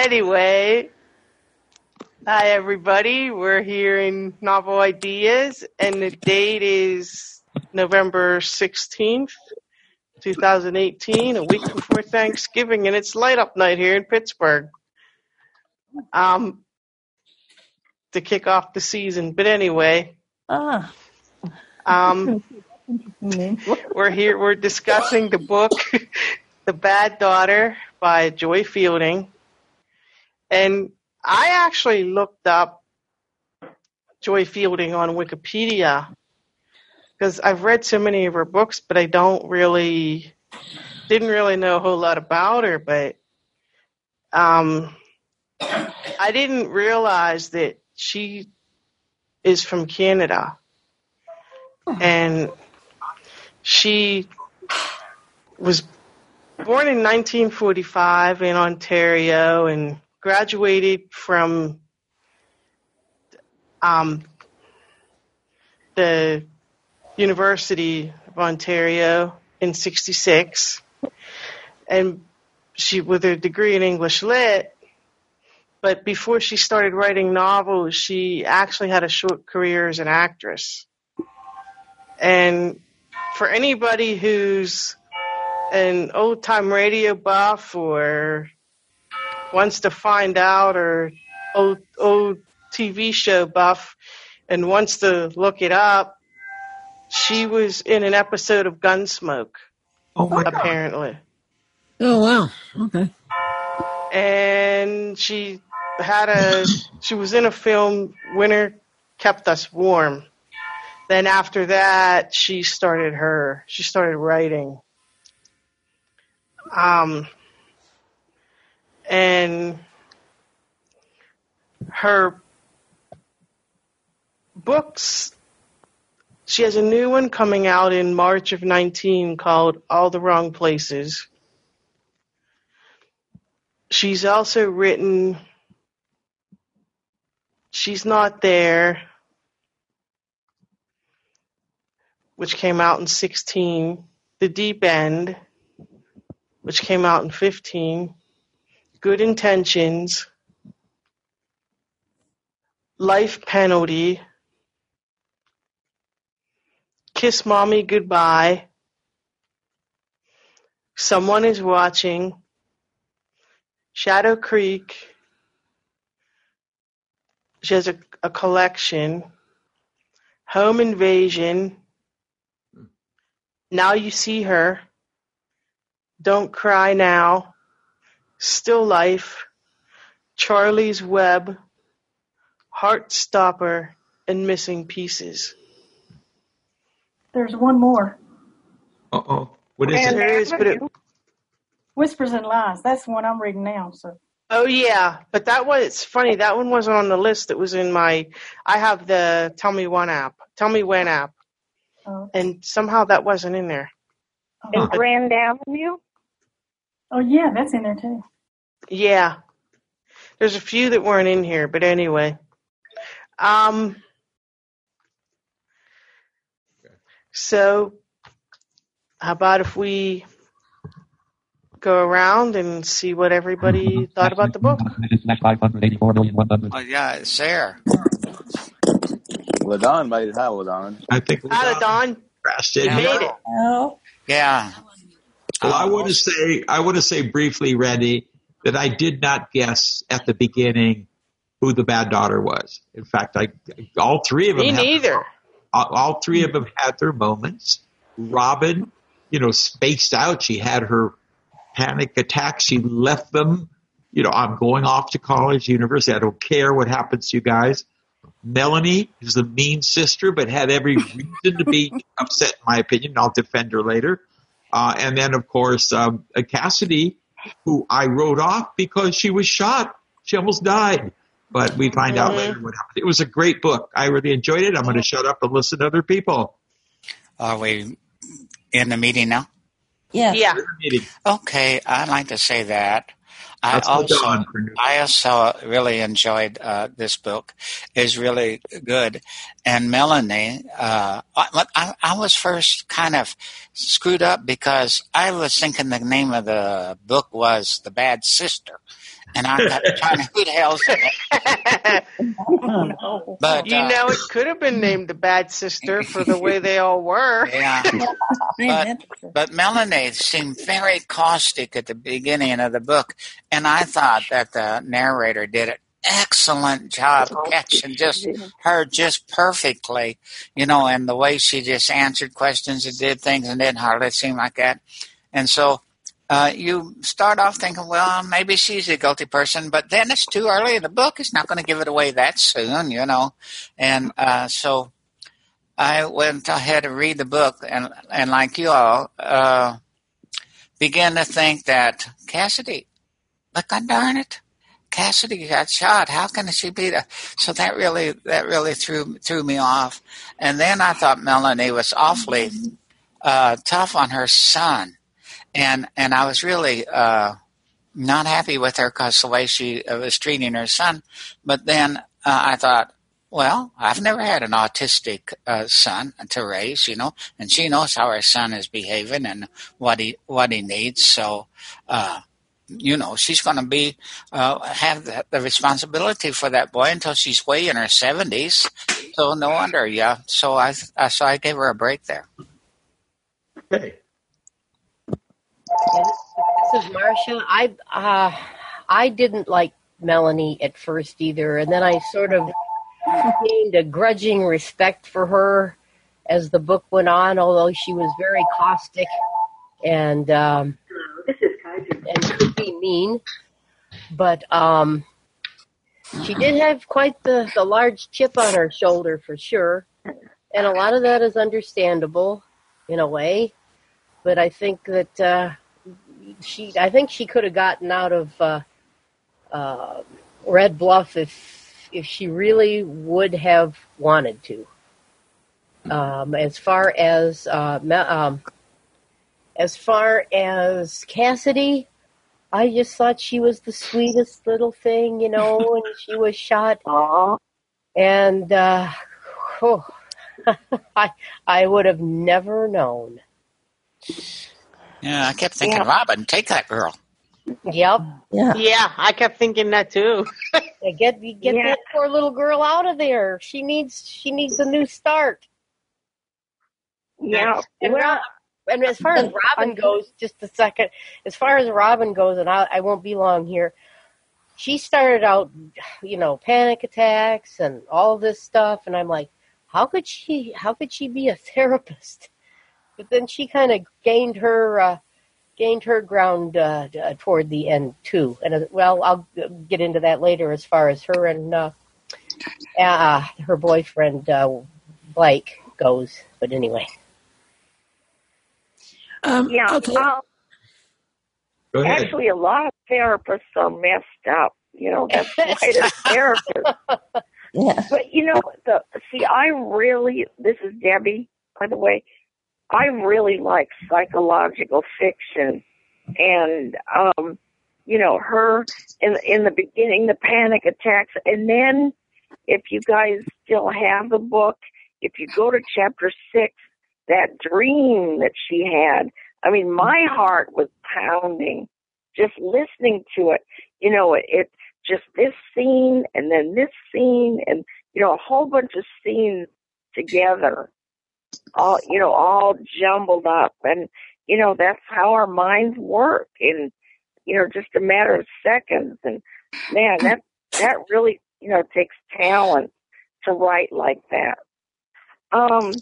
Anyway, hi everybody. We're here in Novel Ideas, and the date is November 16th, 2018, a week before Thanksgiving, and it's light up night here in Pittsburgh. Um, to kick off the season. But anyway, Ah, um, name. we're here, we're discussing the book, The Bad Daughter by Joy Fielding. And I actually looked up Joy Fielding on Wikipedia because I've read so many of her books, but I don't really, didn't really know a whole lot about her. But um, I didn't realize that she is from Canada. And she was born in 1945 in Ontario and graduated from um, the University of Ontario in 66. And she, with her degree in English Lit, but before she started writing novels, she actually had a short career as an actress. And for anybody who's an old time radio buff or wants to find out or old old TV show buff and wants to look it up, she was in an episode of Gunsmoke, Oh my god. apparently. Oh wow. Okay. and she had a she was in a film winter kept us warm then after that she started her she started writing um and her books she has a new one coming out in March of 19 called All the Wrong Places she's also written she's not there which came out in 16 the deep end which came out in 15 good intentions life penalty kiss mommy goodbye someone is watching Shadow Creek. She has a, a collection. Home Invasion. Now You See Her. Don't Cry Now. Still Life. Charlie's Web. Heartstopper. And Missing Pieces. There's one more. Uh oh. What is it? And- There is, but it, Whispers and Lies. That's the one I'm reading now. So Oh yeah, but that was it's funny. That one wasn't on the list. It was in my. I have the Tell Me One app, Tell Me When app, Oh. and somehow that wasn't in there. And Grand Avenue? oh yeah, that's in there too. Yeah, there's a few that weren't in here, but anyway. Um. So, how about if we go around and see what everybody thought about the book? Slash 584,100,000. Oh, yeah, it's there. Ladon made it. Hi, Ladon. I think we Hi, Don. crashed You it. made it. Oh. Yeah. Well, I want to say, I want to say briefly, Randy, that I did not guess at the beginning who the bad daughter was. In fact, I all three of them. Me have- neither. all, all three of them had their moments. Robin, you know, spaced out. She had her panic attacks. She left them. You know, I'm going off to college, university. I don't care what happens to you guys. Melanie is the mean sister, but had every reason to be upset, in my opinion. I'll defend her later. Uh, and then, of course, um, Cassidy, who I wrote off because she was shot. She almost died. But we find out Mhm. later what happened. It was a great book. I really enjoyed it. I'm going to shut up and listen to other people. Are we in the meeting now? Yeah. Yeah. We're meeting. Okay, I'd like to say that. I That's also, Ladon for new. I also really enjoyed uh, this book. It's really good. And Melanie, uh, I, I, I was first kind of screwed up because I was thinking the name of the book was The Bad Sister. and I'm not trying to who the hell's no. but You uh, know, it could have been named the Bad Sister for the way they all were. yeah. But- But Melanie seemed very caustic at the beginning of the book, and I thought that the narrator did an excellent job catching just her just perfectly, you know, and the way she just answered questions and did things and didn't hardly seem like that. And so uh, you start off thinking, well, maybe she's a guilty person, but then it's too early in the book. It's not going to give it away that soon, you know. And uh, so I went ahead and read the book, and and like you all, uh, began to think that Cassidy, like God darn it, Cassidy got shot. How can she be? The, so that really that really threw threw me off. And then I thought Melanie was awfully uh, tough on her son, and and I was really. Uh, not happy with her because the way she uh, was treating her son. But then uh, I thought, well, I've never had an autistic uh, son to raise, you know, and she knows how her son is behaving and what he what he needs. So, uh, you know, she's going to be uh, have the, the responsibility for that boy until she's way in her seventies. So no wonder, yeah. So I, I so I gave her a break there. Okay. This is Marcia. I uh, I didn't like Melanie at first either, and then I sort of gained a grudging respect for her as the book went on. Although she was very caustic and um, and could be mean, but um, she did have quite the the large chip on her shoulder for sure, and a lot of that is understandable in a way. But I think that. Uh, she I think she could have gotten out of uh, uh, Red Bluff if if she really would have wanted to. Um, as far as uh, ma- um, as far as Cassidy, I just thought she was the sweetest little thing, you know, and she was shot Aw. and uh, oh, I I would have never known. Yeah, I kept thinking, Yeah. Robin, take that girl. Yep, Yeah. Yeah, I kept thinking that too. get get Yeah. that poor little girl out of there. She needs she needs a new start. Yeah. And, Well, Rob, and as far as Robin goes, just a second. As far as Robin goes, and I, I won't be long here. She started out, you know, panic attacks and all this stuff, and I'm like, how could she? How could she be a therapist? But then she kind of gained her uh, gained her ground uh, d- uh, toward the end too. And uh, well, I'll uh, get into that later as far as her and uh, uh, her boyfriend uh, Blake goes. But anyway, Um, yeah. Okay. Uh, Go ahead. actually, a lot of therapists are messed up. You know, that's why they're therapists. Yeah. But you know, the see, I really this is Debbie, by the way. I really like psychological fiction, and um, you know, her in in the beginning, the panic attacks, and then if you guys still have the book, if you go to chapter six, that dream that she had. I mean, my heart was pounding just listening to it. You know, it, it just this scene and then this scene and you know a whole bunch of scenes together all you know all jumbled up and you know that's how our minds work in you know just a matter of seconds and man that that really you know takes talent to write like that um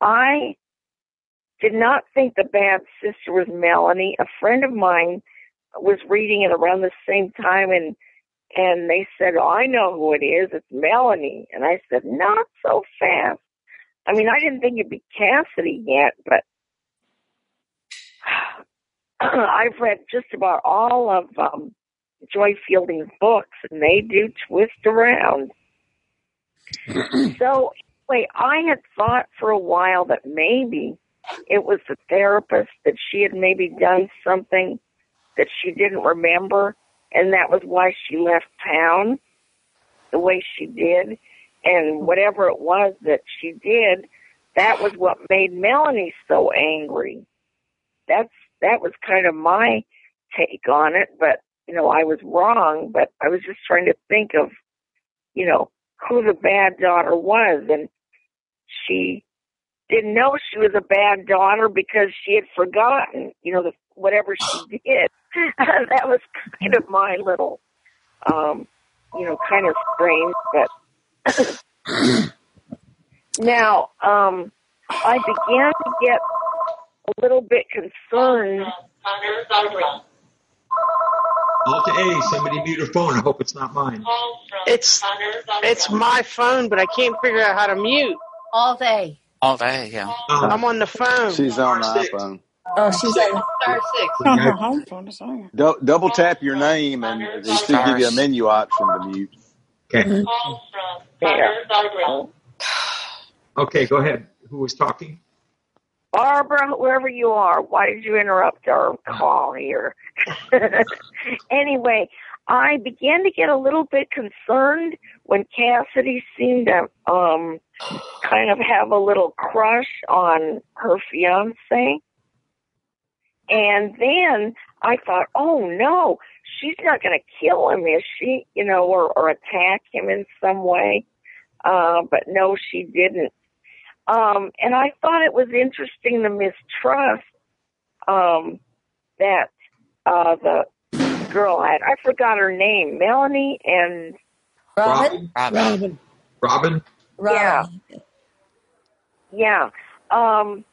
i did not think the bad sister was melanie a friend of mine was reading it around the same time and and they said, oh, I know who it is. It's Melanie. And I said, not so fast. I mean, I didn't think it'd be Cassidy yet, but I've read just about all of um, Joy Fielding's books, and they do twist around. so, anyway, I had thought for a while that maybe it was the therapist that she had maybe done something that she didn't remember, and that was why she left town. the way she did and whatever it was that she did that was what made melanie so angry that's that was kind of my take on it but you know, I was wrong, but I was just trying to think of, you know, who the bad daughter was. And she didn't know she was a bad daughter because she had forgotten, you know, the, whatever she did. that was kind of my little, um, you know, kind of strange, but now, um, I began to get a little bit concerned. Alta A, somebody mute your phone. I hope it's not mine. It's it's my phone, but I can't figure out how to mute. All day. All day, yeah. Uh, I'm on the phone. She's on the Six. iPhone. Oh, she's like, Star six. On her home phone, that's all. Dou double tap your name, and they should give you a Stars. menu option to mute. Okay. Yeah. Oh, Okay, go ahead. Who was talking? Barbara, whoever you are, why did you interrupt our call here? anyway, I began to get a little bit concerned when Cassidy seemed to um, kind of have a little crush on her fiance. And then I thought, oh no, she's not going to kill him, is she? You know, or, or attack him in some way. Uh, but no, she didn't. Um, and I thought it was interesting the mistrust um, that uh, the girl had. I forgot her name, Melanie, and Robin? Robin? Robin. Robin. Robin? yeah, Robin. yeah. Um,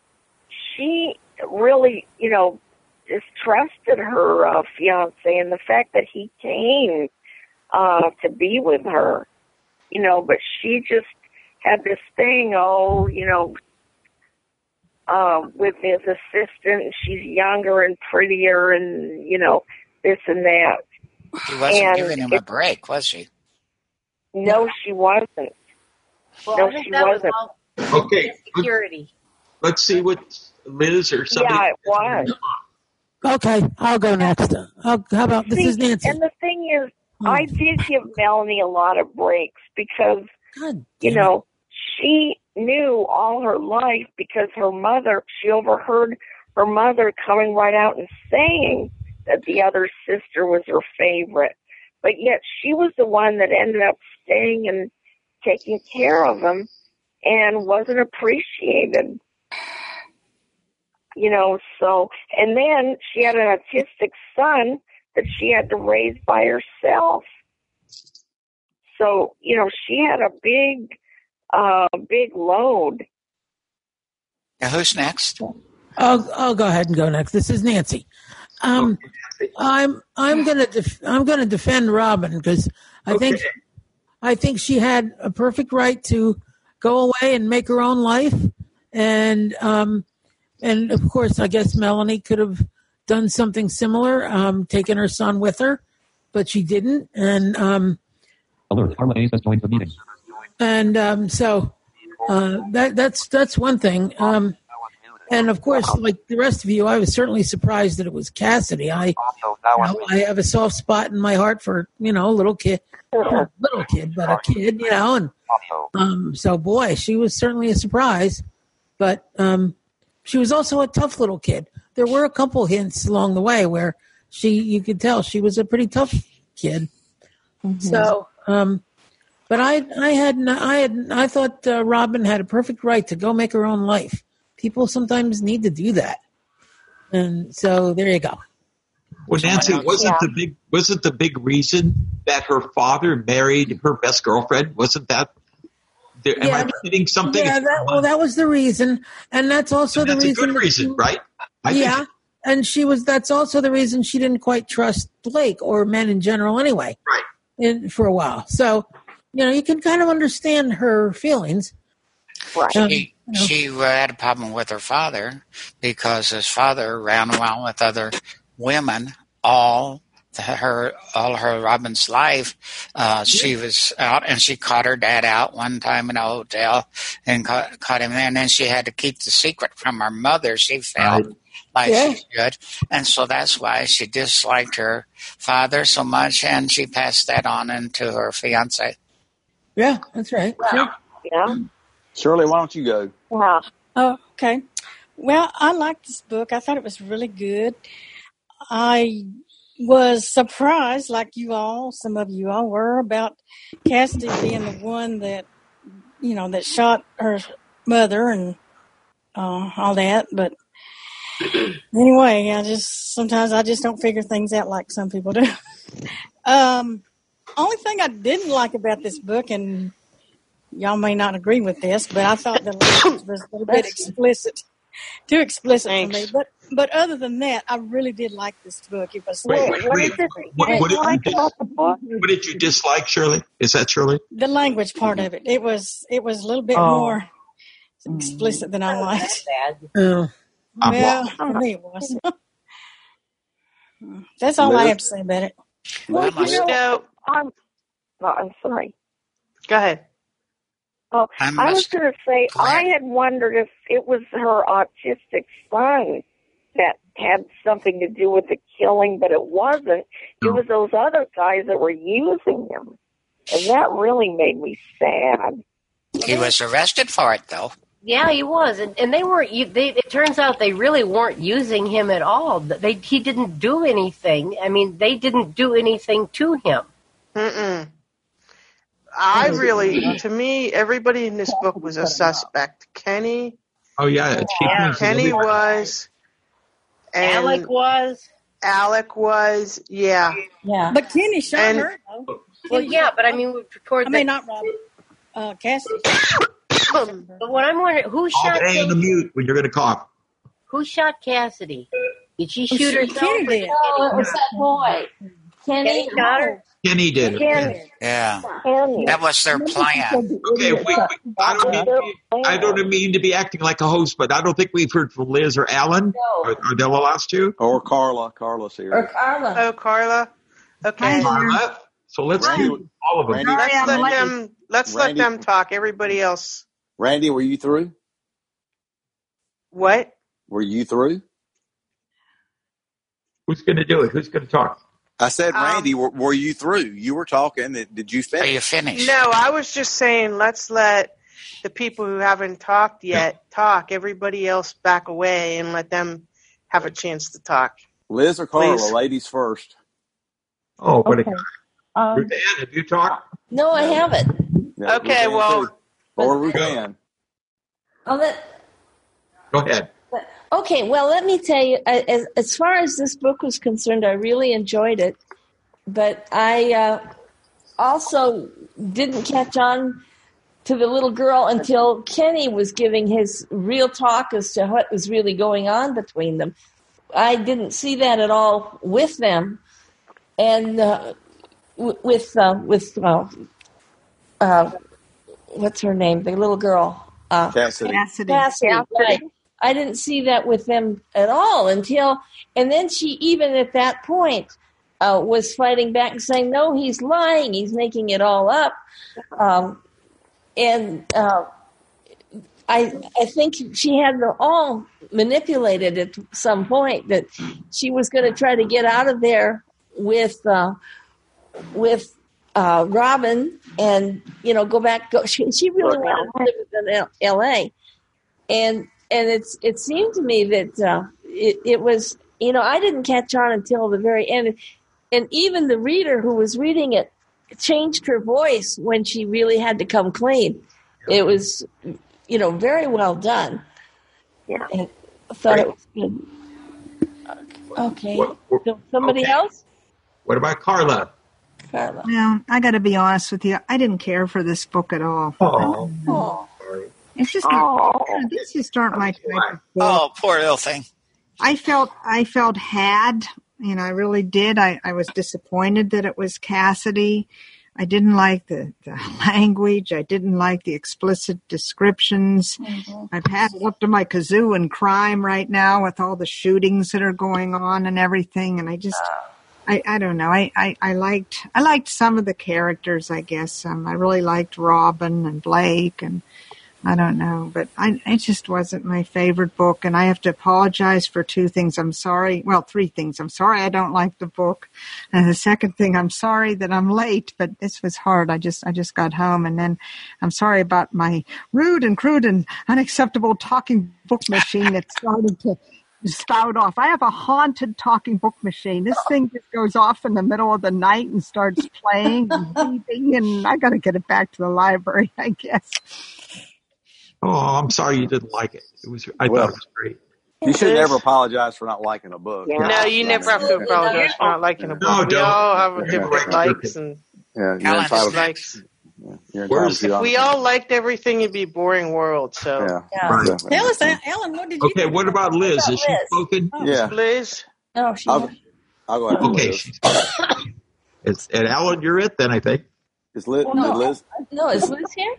she really, you know, distrusted her uh, fiance and the fact that he came uh, to be with her, you know, but she just had this thing, oh, you know, um, with his assistant, she's younger and prettier and, you know, this and that. She wasn't And giving him a it, break, was she? No. no, she wasn't. Well, No, I think she that was wasn't. all Okay, let- insecurity. let's see what Liz or somebody. Yeah, it was. Okay, I'll go next. I'll, how about, this is See, Nancy. and the thing is, Oh, I did give Melanie a lot of breaks because God you damn it. know, she knew all her life because her mother, she overheard her mother coming right out and saying that the other sister was her favorite. But yet she was the one that ended up staying and taking care of him and wasn't appreciated, you know, so, and then she had an autistic son that she had to raise by herself. So, you know, she had a big, uh, big load. Now, who's next? I'll, I'll go ahead and go next. This is Nancy. Um, Okay. I'm I'm gonna def- I'm gonna defend Robin because I Okay. think I think she had a perfect right to go away and make her own life, and um, and of course I guess Melanie could have done something similar, um, taken her son with her, but she didn't, and um, Alert. Carla Hayes has joined the meeting. and um, so uh, that that's that's one thing. Um, and of course, like the rest of you, I was certainly surprised that it was Cassidy. I you know, I have a soft spot in my heart for you know a little kid, well, little kid, but a kid, you know, and um, so boy, she was certainly a surprise, but um, she was also a tough little kid. There were a couple hints along the way where she, you could tell, she was a pretty tough kid. So, um, but I, I had, n- I had, I thought uh, Robin had a perfect right to go make her own life. People sometimes need to do that, and so there you go. Well, Someone Nancy, else? wasn't Yeah. the big wasn't the big reason that her father married her best girlfriend? Wasn't that? There, am I Yeah, forgetting something? Yeah, that well, that was the reason, and that's also And the that's a good reason that she, reason, right? I think yeah, and she was. That's also the reason she didn't quite trust Blake or men in general, anyway, right. in, for a while. So, you know, you can kind of understand her feelings. Right. Um, She you know, she uh, had a problem with her father because his father ran around with other women all the- her all her Robin's life. Uh, she was out and she caught her dad out one time in a hotel and caught, caught him there. And then she had to keep the secret from her mother. She felt Right. like she yeah, should, and so that's why she disliked her father so much, and she passed that on into her fiance. yeah, that's right. Well, Sure. yeah. Shirley, why don't you go? Yeah. Oh, okay. Well, I liked this book. I thought it was really good. I was surprised, like you all, some of you all were, about Cassidy being the one that you know that shot her mother and uh, all that. But anyway, I just sometimes I just don't figure things out like some people do. um, only thing I didn't like about this book, and y'all may not agree with this, but I thought the language was a little bit explicit, too explicit for me. Thanks. But but other than that, I really did like this book. It was Wait, What, wait, what wait. is it What, you didn't what, did you like dis- about the book? what did you dislike, Shirley? Is that Shirley? the language part of it. It was it was a little bit Oh, more explicit than I Not that liked. bad. Mm. Uh, Oh, I'm Well, lost. Oh, for me it was. That's all I Liz, have to say about it. well, Well, you must, know, no. I'm, oh, I'm sorry. Go ahead. Oh, I I was must going to say, I correct. had wondered if it was her autistic son that had something to do with the killing, but it wasn't. It No. was those other guys that were using him. And that really made me sad. Well, He they was arrested for it, though. Yeah, he was, and, and they weren't. You, they, it turns out they really weren't using him at all. They he didn't do anything. I mean, they didn't do anything to him. Mm-mm. I really, to me, everybody in this book was a suspect. Kenny, Oh yeah, she Yeah, pointed Kenny everybody. was, Alec and was. Alec was, yeah. Yeah. But Kenny shot And her though. Well, Kenny shot yeah, but I Robin. mean, I toward the. mean not Robin. Uh Cassidy shot he shot her. But what I'm wondering, who Off shot A on the Cassidy? mute when you're going to cough. Who shot Cassidy? Did she Oh, shoot she, herself Kenny did. or did Kenny No, shot? Kenny her? Kenny shot her. no, Kenny did it. Kenny Ken, Yeah. did. Yeah, Kenny, that was their plan. Okay, we, we, I that don't was mean their I plan. don't mean to be acting like a host, but I don't think we've heard from Liz or Alan. Are, are they the last two? or Carla, Carla's here. oh, Carla. And Okay, Carla. So let's Randy, do all of them. Randy, let's let Randy, them. Let's let Randy, them talk. Everybody else, Randy, were you through? what? Were you through? Who's going to do it? Who's going to talk? I said, Um, Randy, were, were you through? You were talking. Did did you Are you finish? finished? no, I was just saying. Let's let the people who haven't talked Yeah. yet talk. Everybody else back away and let them have a chance to talk, Liz or Carla, please. ladies first. Oh, what a Okay. Um, Ruthann, have you talked? no, I No, haven't. no, Okay, Ruthann well, too. But Or Go. Ruthann. oh, let, Go ahead. but- okay. Well, let me tell you. I- As, as far as this book was concerned, I really enjoyed it, but I uh, also didn't catch on to the little girl until Kenny was giving his real talk as to what was really going on between them. I didn't see that at all with them, and uh, w- with uh, with uh, uh, what's her name, the little girl. Uh, Cassidy. Cassidy. Cassidy, right. Cassidy, I didn't see that with them at all until, and then she even at that point uh, was fighting back and saying, "No, he's lying. He's making it all up." Um, and uh, I, I think she had them all manipulated at some point that she was going to try to get out of there with uh, with uh, Robin and you know go back. Go. She, she really Well, wanted now, to live in L- L.A and and it's it seemed to me that uh, it it was you know I didn't catch on until the very end, and even the reader who was reading it changed her voice when she really had to come clean. Yeah. It was you know very well done, yeah. and I thought it Great. was good. Okay, What, what, so somebody okay. else, What about Carla? Carla. Well, I got to be honest with you. I didn't care for this book at all. I, Oh, Oh, sorry. it's just not. Oh, These just aren't I'm my type sorry. of book. Oh, poor little thing. I felt I felt had, you know, I really did. I, I was disappointed that it was Cassidy. I didn't like the, the language. I didn't like the explicit Hmm. descriptions. I've had it up to my kazoo in crime right now with all the shootings that are going on and everything. And I just, I, I don't know. I, I, I liked, I liked some of the characters, I guess. Um, I really liked Robin and Blake and I don't know, but I it just wasn't my favorite book, and I have to apologize for two things. I'm sorry. Well, three things. I'm sorry I don't like the book, and the second thing, I'm sorry that I'm late. But this was hard. I just I just got home, and then I'm sorry about my rude and crude and unacceptable talking book machine that started to. spout off. I have a haunted talking book machine. This thing just goes off in the middle of the night and starts playing and beeping, and I got to get it back to the library, I guess. Oh, I'm sorry you didn't like it. It was I Well, thought it was great. You should never apologize for not liking a book. No, you never have to apologize for not liking a book. we all have different likes and Yeah, you're Alan entitled. dislikes. You're Where entitled is- to your If we honest. all liked everything, it'd be a boring world. So Yeah. Tell us, Alan, what did you? Okay, what about Liz? Oh. Has she spoken? Yeah. Liz. Oh, she. I'll, I'll go after Okay, Liz. she's it's, and Alan, you're it then. I think. Is Liz? Well, no. Is Liz? Oh, No, is Liz here?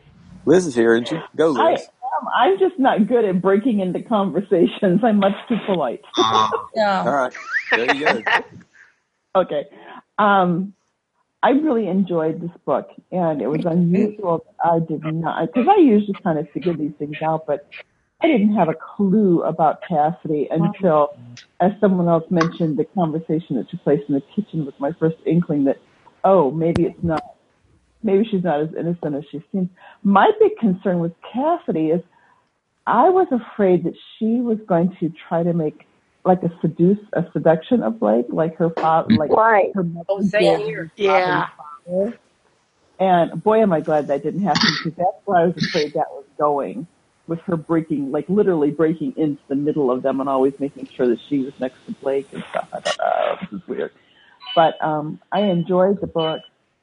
Liz is here, isn't she? Go, I Liz. am. I'm just not good at breaking into conversations. I'm much too polite. Uh, All right. There you go. Okay. Um, I really enjoyed this book, and it was unusual that I did not, because I usually kind of figure these things out, but I didn't have a clue about Cassidy until, as someone else mentioned, the conversation that took place in the kitchen was my first inkling that, oh, maybe it's not, maybe she's not as innocent as she seems. My big concern with Cassidy is I was afraid that she was going to try to make like a seduce a seduction of Blake, like her father, like Right. her mother Oh, same did here. Yeah. her. And boy, am I glad that didn't happen because that's where I was afraid that was going with her breaking, like literally breaking into the middle of them and always making sure that she was next to Blake and stuff. I thought, Uh, oh, this is weird. But um, I enjoyed the book.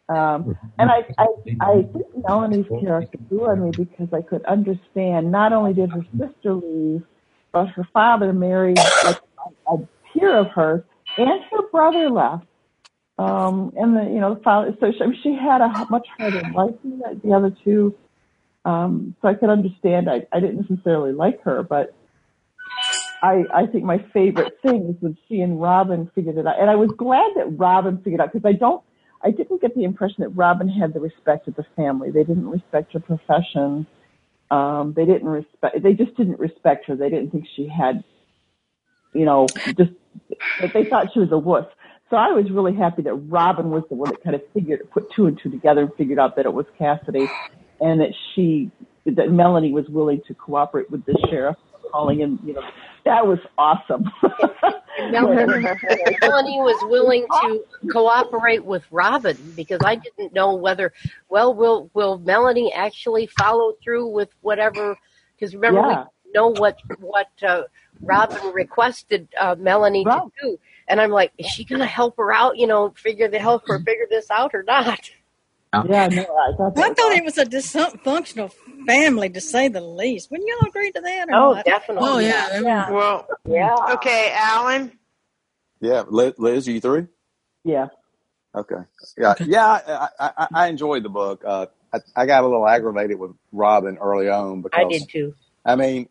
Um, and I, I, I think Melanie's character grew on me because I could understand not only did her sister leave, but her father married like a peer of hers, and her brother left. Um, and the you know the father, so she, I mean, she had a h- much harder life than the the other two. Um, so I could understand. I, I didn't necessarily like her, but I I think my favorite thing is when she and Robin figured it out, and I was glad that Robin figured it out because I don't. I didn't get the impression that Robin had the respect of the family. They didn't respect her profession. Um, they didn't respect. They just didn't respect her. They didn't think she had, you know, just that they thought she was a wuss. So I was really happy that Robin was the one that kind of figured, put two and two together and figured out that it was Cassidy and that she, that Melanie was willing to cooperate with the sheriff calling in, you know, that was awesome. Melanie, Melanie was willing to cooperate with Robin because I didn't know whether, well, will will Melanie actually follow through with whatever? Because remember, we yeah. didn't know what what uh, Robin requested uh, Melanie Right. to do, and I'm like, is she going to help her out? You know, figure the help her figure this out or not? Yeah, no, I thought that I was thought awesome. it was a dysfunctional family, to say the least. Wouldn't y'all agree to that or Oh, not? definitely. Oh yeah, that was- Well. Yeah. Okay, Alan. Yeah, Liz, Liz, are you through? Yeah. Okay. Yeah, yeah. I, I, I I enjoyed the book. Uh, I, I got a little aggravated with Robin early on I because did too. I mean,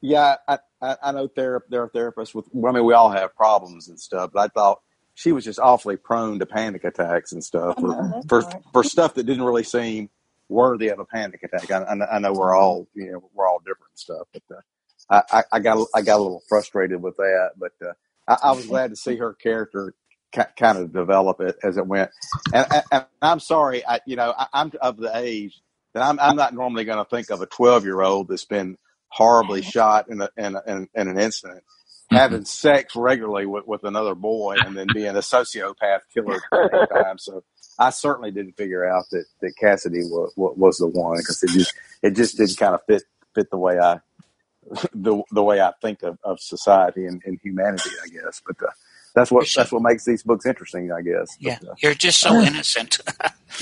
yeah, I, I, I know there there are therapists with. Well, I mean, we all have problems and stuff, but I thought she was just awfully prone to panic attacks and stuff Oh for no, that's for all right. for stuff that didn't really seem worthy of a panic attack. I, I, know- I know we're all you know we're all different and stuff, but uh, I, I, I got I got a little frustrated with that, but uh, I, I was glad to see her character ca- kind of develop it as it went. And, and, and I'm sorry, I you know I, I'm of the age that I'm I'm not normally going to think of a 12 year old that's been horribly shot in a, in, a, in, in an incident, having sex regularly with, with another boy, and then being a sociopath killer at the same time. So I certainly didn't figure out that, that Cassidy was, was the one because it just it just didn't kind of fit fit the way I the, the way I think of, of society and, and humanity, I guess. But uh, that's You're what so, that's what makes these books interesting, I guess. But yeah, uh, you're just so innocent.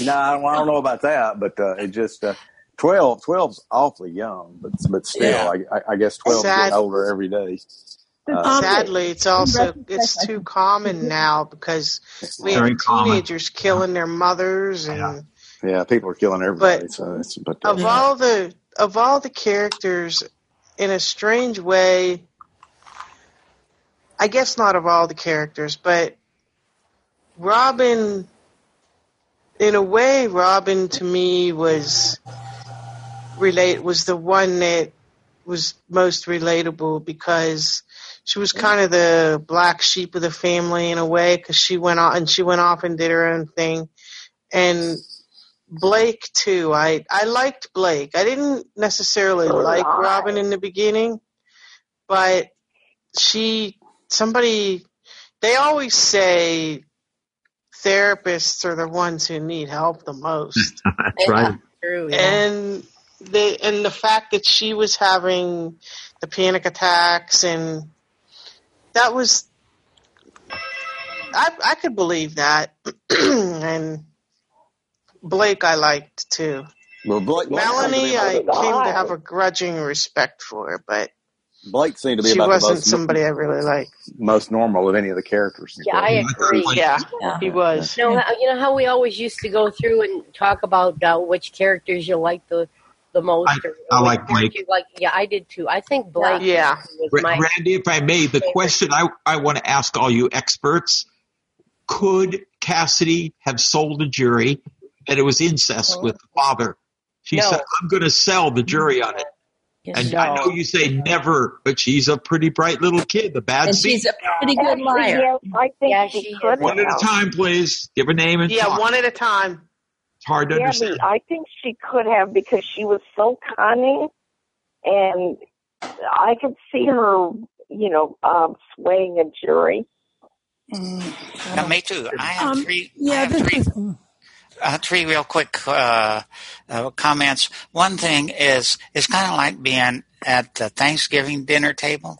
no, I don't, I don't know about that, but uh, it just uh, 12, 12's awfully young, but but still, yeah, I, I, I guess twelve's getting Sad, older every day. This Uh, book is sadly, it's in also retrospect, it's I too think common now because we have Very common. teenagers killing their mothers, Yeah. and yeah, people are killing but everybody. So it's but uh, of yeah. all the of all the characters, in a strange way, I guess not of all the characters, but Robin, in a way, Robin to me was relate was the one that was most relatable because she was kind of the black sheep of the family in a way because she went off and she went off and did her own thing and blake too i i liked blake i didn't necessarily like robin in the beginning but she somebody they always say therapists are the ones who need help the most. That's right. True. And the and the fact that she was having the panic attacks and that was I I could believe that. and Blake I liked too. Well, Blake, Blake seemed to be Melanie I about the- came to have a grudging respect for, but Blake seemed to be she about the wasn't most somebody I really liked. most normal of any of the characters. Yeah, I agree. Yeah, he was. No, how- you know how we always used to go through and talk about uh, which characters you like the the most. or, or I which like Blake. character you like. Yeah, I did too. I think Blake Yeah. was Ra- my. Randy, if I may, the question I, I want to ask all you experts could Cassidy have sold a jury that it was incest with the father? She No. said, I'm going to sell the jury on it. And I know you say never, but she's a pretty bright little kid. The bad And seed. she's a pretty good liar. I think Yeah, she, she could is. One at a have. time, please. Give a name and Yeah, talk. one at a time. it's hard to Debbie, understand. I think she could have because she was so cunning, and I could see her, you know, um, swaying a jury. Yeah, me too. I have Um, three. I yeah, have this three. is uh, three real quick uh, uh, comments. One thing is, it's kind of like being at the Thanksgiving dinner table.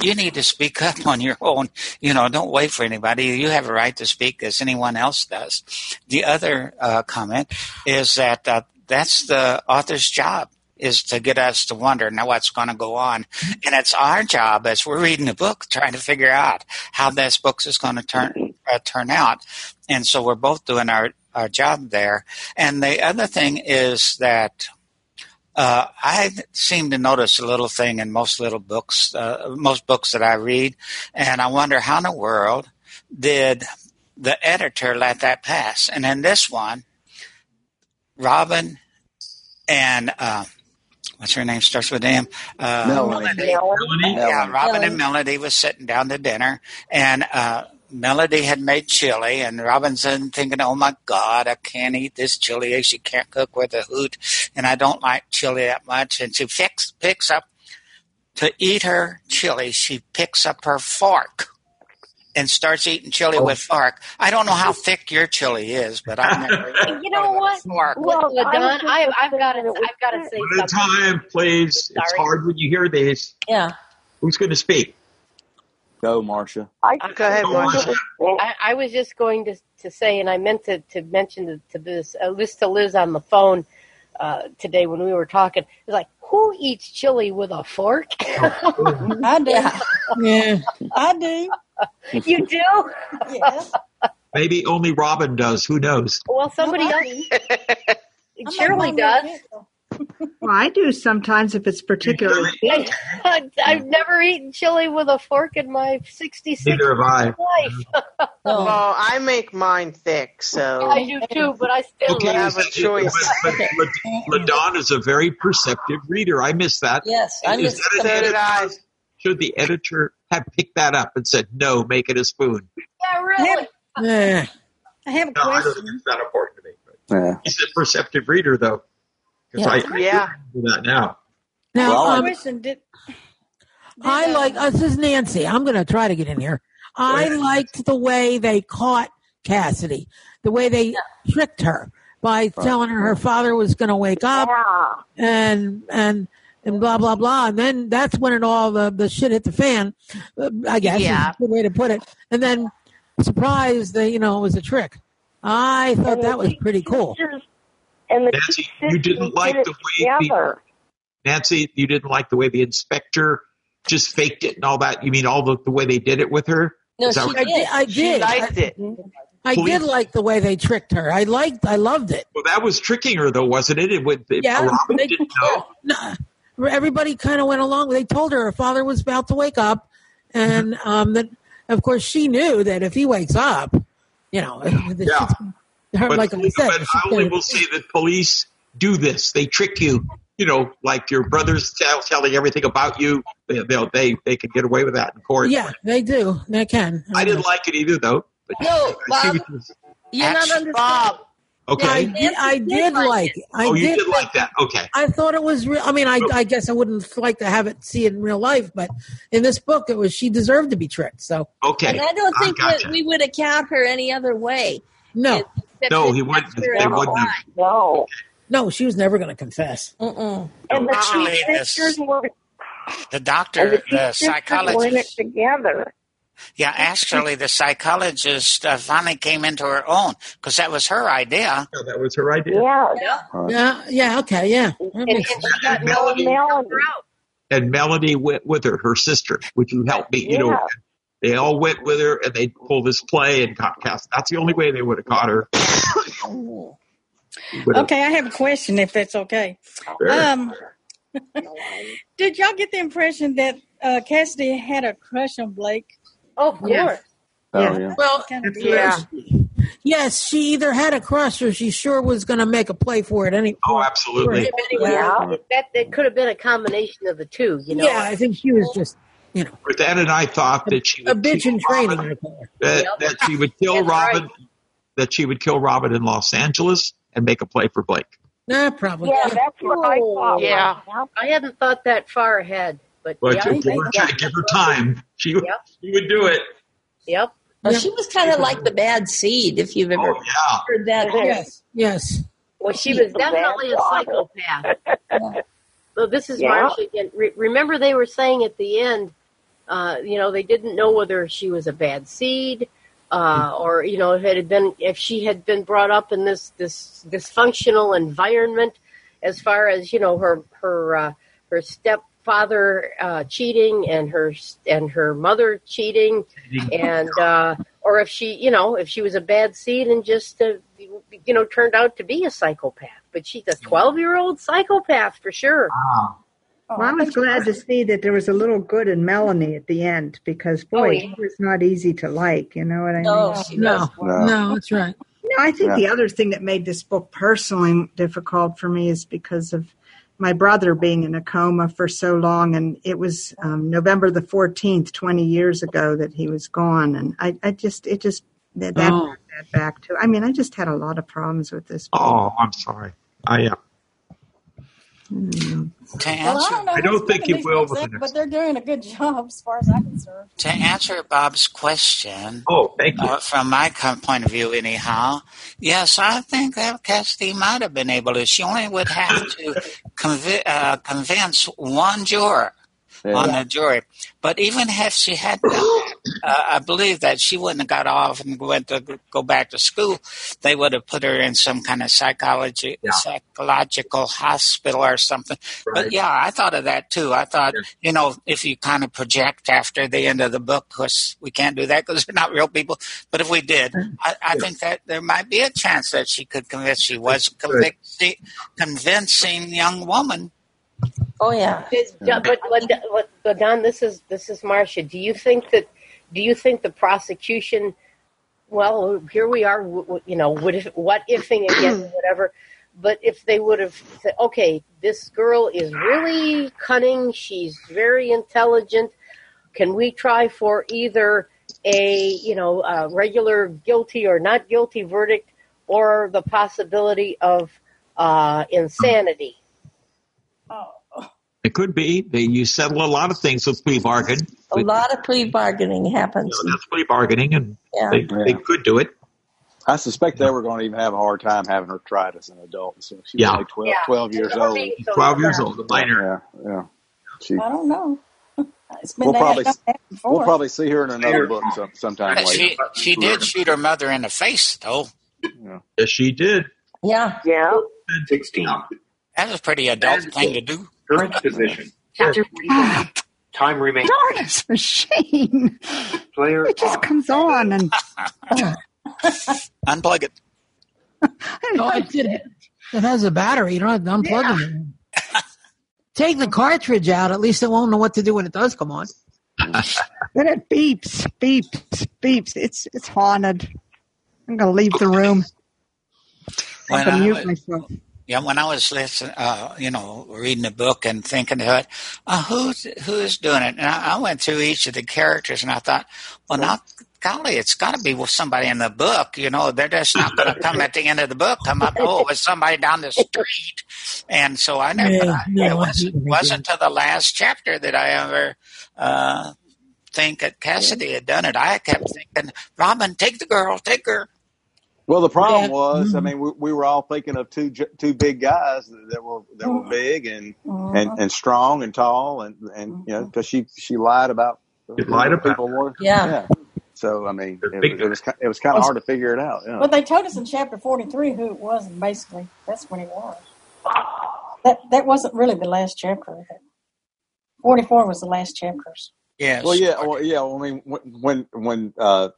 You need to speak up on your own. You know, don't wait for anybody. You have a right to speak as anyone else does. The other uh, comment is that uh, that's the author's job is to get us to wonder now what's going to go on and it's our job as we're reading the book trying to figure out how this book is going to turn uh, turn out and so we're both doing our our job there and the other thing is that uh, I seem to notice a little thing in most little books, uh, most books that I read, and I wonder how in the world did the editor let that pass? And in this one, Robin and uh, what's her name starts with M. Uh, Melanie. Melody. Yeah, Melanie. Robin and Melody was sitting down to dinner, and uh, Melody had made chili, and Robinson thinking, "Oh my God, I can't eat this chili. She can't cook with a hoot, and I don't like chili that much." And she fix, picks up to eat her chili. She picks up her fork and starts eating Oh. chili with fork. I don't know how thick your chili is, but I've never eaten chili You know with a what, fork. Well, I Ladon? was just I, I've got to. saying it was I've got to say One at a something. time, please. It's Sorry. hard when you hear these. Yeah. Who's going to speak? Go, Marcia. I I- Go ahead, Go on. Marcia. think it was Uh, I, I was just going to, to say, and I meant to, to mention to, to this uh, this to Liz on the phone uh, today when we were talking. It was like, who eats chili with a fork? I do. Yeah. yeah. I do. you do? Yes. Maybe only Robin does. Who knows? Well, No, somebody I else do. I make surely mine real does. good. though. Well, I do sometimes if it's particularly big. I, I've never eaten chili with a fork in my 66 Neither have I. life. No. Well, I make mine thick, so I Me do too. too, but I still Okay, love have is a that, is, choice. but, Okay. but Ladon is a very perceptive reader. I miss that. Yes, I Is miss So that an did editor? I. Should the editor have picked that up and said, "No, make it a spoon"? Yeah, I have, really. Uh, Yeah. I have a No, I don't think question. it's that important to me. But Yeah. he's a perceptive reader, though, because Yeah. I, I Yeah. do that now. Now, Well, I like um, Question did did I like uh, uh, this is Nancy. I'm going to try to get in here. Go I ahead. liked the way they caught Cassidy, the way they tricked her by right. telling her her father was going to wake up yeah. and and and blah blah blah. And then that's when it all the, the shit hit the fan. uh, I guess is a Yeah. good way to put it. And then surprise, they you know it was a trick. I thought And the that was two pretty cool. sisters and the two Nancy, you sisters didn't did like it the way the together. Nancy, you didn't like the way the inspector just faked it and all that. You mean all the, the way they did it with her? No, Is that she right? I did. did. I She did. I, liked it. I did Police. like the way they tricked her. I liked. I loved it. Well, that was tricking her, though, wasn't it? It would. It, Yeah, Robin they, didn't yeah. know. No, everybody kind of went along. They told her her father was about to wake up, and Mm-hmm. um, that of course she knew that if he wakes up, you know, the Yeah, shit's her. but Like I but said, the I shit's only going to will say that police do this. They trick you. You know, like your brother's tell, telling everything about you. They they'll- they they can get away with that in court. Yeah, they do. They can. I I know. didn't like it either, though. But No, I see what Bob, you. you're not Actu- understanding. Bob. Okay. Yeah, I, did- I did like it. I oh, you did. did like that. Okay. I thought it was real. I mean, I, I guess I wouldn't like to have it see it in real life, but in this book, it was she deserved to be tricked. So Okay. Ah, And I don't think gotcha. that we would account her any other way. No. No, he wouldn't. They wouldn't have. No. No, she was never going to confess. Mm-mm. And the two Actually, this- sisters were The and doctor, the two the sisters were in it uh, psychologist. together. Yeah, actually, the psychologist uh, finally came into her own because that was her idea. Yeah, that was her idea. Yeah. Yeah. Uh, Yeah. Okay. Yeah. That makes sense. And Melody, and Melody went with her, her sister. Would you help me? You know, Yeah. they all went with her, and they pulled this play and got cast. That's the only way they would have caught her. Would have- Okay, I have a question if that's okay. Sure. Um, did y'all get the impression that uh, Cassidy had a crush on Blake? Oh, of Yeah. course. Oh, yeah. Well, Kind of Yeah. yes, she either had a crush or she sure was going to make a play for it anyway. oh, absolutely. Anyway, Yeah. that, that could have been a combination of the two, you know. yeah, I think she was just But then, and I thought that she a would bitch kill in training. Robin, I call her. that, Yep. that she would kill That's Robin, right. that she would kill Robin in Los Angeles and make a play for Blake. Nah, probably. Yeah, that's what I thought. Yeah. was I hadn't thought that far ahead, but But yeah, to give, her, yeah, give her time. She, would- Yep. she would do it. yep. Well, she was kind of like the bad seed, if you've ever Oh, yeah. heard that. yes. Yes. Well, she was the bad definitely a daughter. psychopath. So this is Yeah. Marcia again. Re- remember, they were saying at the end, uh, you know, they didn't know whether she was a bad seed, Mm-hmm. uh, or you know, if it had been if she had been brought up in this this dysfunctional environment, as far as you know, her her uh, her stepfather uh, cheating and her and her mother cheating, and uh, or if she you know if she was a bad seed and just uh, you know turned out to be a psychopath. But she's a twelve year old psychopath for sure. Wow. Oh, Well, Oh, I was glad to see that there was a little good in Melanie at the end because, boy, Oh, yeah. she was not easy to like. You know what I mean? No, she No. was. No. No, that's right. You know, I think Yeah. the other thing that made this book personally difficult for me is because of my brother being in a coma for so long, and it was um, November the fourteenth, twenty years ago, that he was gone, and I, I just it just that that, Oh. that back to. I mean, I just had a lot of problems with this book. Oh, I'm sorry. I uh, am. Mm. To Well, I answer don't know I who's don't think making you these will books with the up, next but they're doing a good job as far as I'm concerned. to answer Bob's question, Oh, thank you. uh, from my com- point of view, anyhow, yes, I think that Cassidy might have been able to. She only would have to convi- uh, convince one juror on Yeah. the jury. But even if she had done that, uh, I believe that she wouldn't have got off and went to go back to school. They would have put her in some kind of psychology, Yeah. psychological hospital or something. But Right. yeah, I thought of that too. I thought, Yeah. you know, if you kind of project after the end of the book, because we can't do that because we're not real people. But if we did, I, I Yeah. think that there might be a chance that she could convince. She was a Good. convic- convincing young woman. Oh, yeah. Does- Yeah. but but but but Don, this is this is Marcia. Do you think that? Do you think the prosecution? Well, here we are. w- w- You know, what if what ifing again, whatever. But if they would have said, okay, this girl is really cunning. She's very intelligent. Can we try for either a you know a regular guilty or not guilty verdict, or the possibility of uh, insanity? It could be. They, you settle a lot of things with plea bargain. A With, lot of plea bargaining you happens. know, that's plea bargaining, and Yeah. they, they Yeah. could do it. I suspect they were going to even have a hard time having her tried as an adult. So she was Yeah. only 12, 12 years Or old. being so 12 years young. old, a Yeah, minor. yeah, yeah. She, I don't know. It's been we'll they probably haven't done s- that we'll before. probably see her in another book some, sometime But later. she she did shoot her mother in the face though. Yeah. Yes, she did. Yeah. Yeah. That was a pretty adult thing to do. Yeah. Darnest machine. it just comes on, and Unplug it. I No, like it did. It has a battery. You don't have to unplug Yeah. it. Take the cartridge out. At least it won't know what to do when it does come on. Then it beeps, beeps, beeps. It's it's haunted. I'm gonna leave the room. I'm When gonna I mute was myself. yeah, when I was listening, uh, you know, reading the book and thinking to it, uh, who's who's doing it? And I, I went through each of the characters and I thought, well, now golly, it's got to be with somebody in the book. You know, they're just not going to come at the end of the book, come up, oh, it was somebody down the street. And so I never, Yeah, I- no, it I wasn't, didn't, I wasn't to the last chapter that I ever uh, think that Cassidy had done it. I kept thinking, Robin, take the girl, take her. Well, the problem Yeah. was, I Mm-hmm. mean, we, we were all thinking of two ju- two big guys that, that were that Mm-hmm. were big and and and strong and tall and and you Mm-hmm. know because she she lied about who It lied the about people were. Yeah. So I mean, it, was- it was ki- it was kind of hard to figure it out. Yeah. Well, they told us in chapter 43 who it was, and basically that's when it was. That that wasn't really the last chapter. of it. 44 was the last chapters. Yes. Well, yeah, well, yeah. Well, I mean, when when when, uh,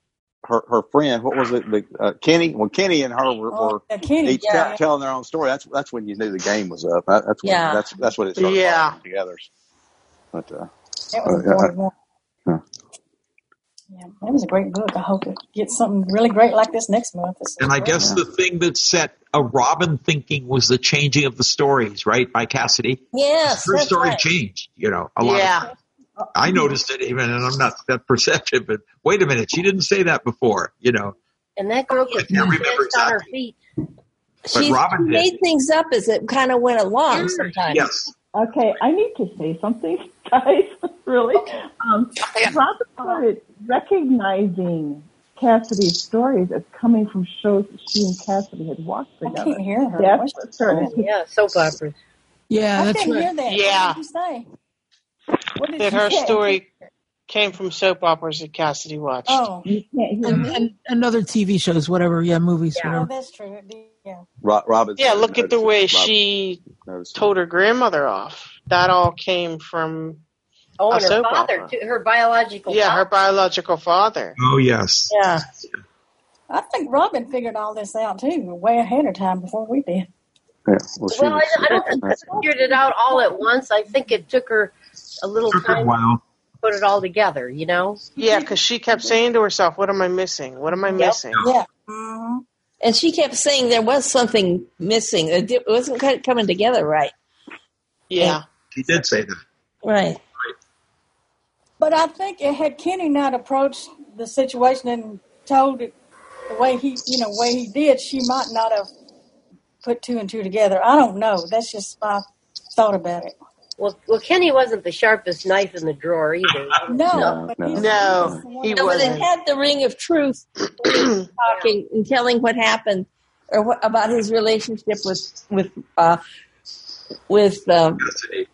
her her friend, what was it, the uh, Kenny? When Kenny and her were, were Oh, Yeah, Kenny, each tell- yeah. telling their own story, that's that's when you knew the game was up. That, that's when Yeah. that's that's when it started Yeah. falling together. But uh, That was in uh, uh, 41. Yeah, that was a great book. I hope it gets something really great like this next month. This is And I great. guess the thing that set a Robin thinking was the changing of the stories, right, by Cassidy. Yes, Her that's story right. changed, you know, a lot. Of, I noticed it even, and I'm not that perceptive, but wait a minute, she didn't say that before, you know. And that girl can't could fast remember on her feet. But She Robin did. made things up as it kind of went along sometimes. Yes. Okay, I need to say something, guys. really, um, Robin started recognizing Cassidy's stories as coming from shows that she and Cassidy had watched I together. can't hear her. That's What's what she started. saying? Yeah, soap operas. Yeah, I that's couldn't right. hear that. Yeah. What did you say? What did That she her say? story came from soap operas that Cassidy watched. Oh, You can't hear And, me. and, and other TV shows, whatever. Yeah, movies, oh, whatever. that's true. It did, Yeah. Ro- Robin Yeah, started look at the noticing. way Robin she noticing. told her grandmother off. That all came from Oh, a and her soap father, opera. too, her biological Yeah, her father. biological father. Oh, yes. Yeah. I think Robin figured all this out too, way ahead of time before we did. Yeah. Well, she Well, I, was. I don't think she figured it out all at once. I think it took her a little Took her a time to while. put it all together, you know? Yeah, because she kept saying to herself, What am I missing? What am I Yep. missing? Yeah. And she kept saying there was something missing. It di- it wasn't quite coming together right. Yeah. She did say that. Right. But I think it had Kenny not approached the situation and told it the way he, you know, way he did, she might not have put two and two together. I don't know. That's just my thought about it. Well, well, Kenny wasn't the sharpest knife in the drawer either. No, No, but no, he's no, No, he's the one he that No, but it wasn't. had the ring of truth when he was talking and telling what happened or what, about his relationship with with uh, with um, Cassidy.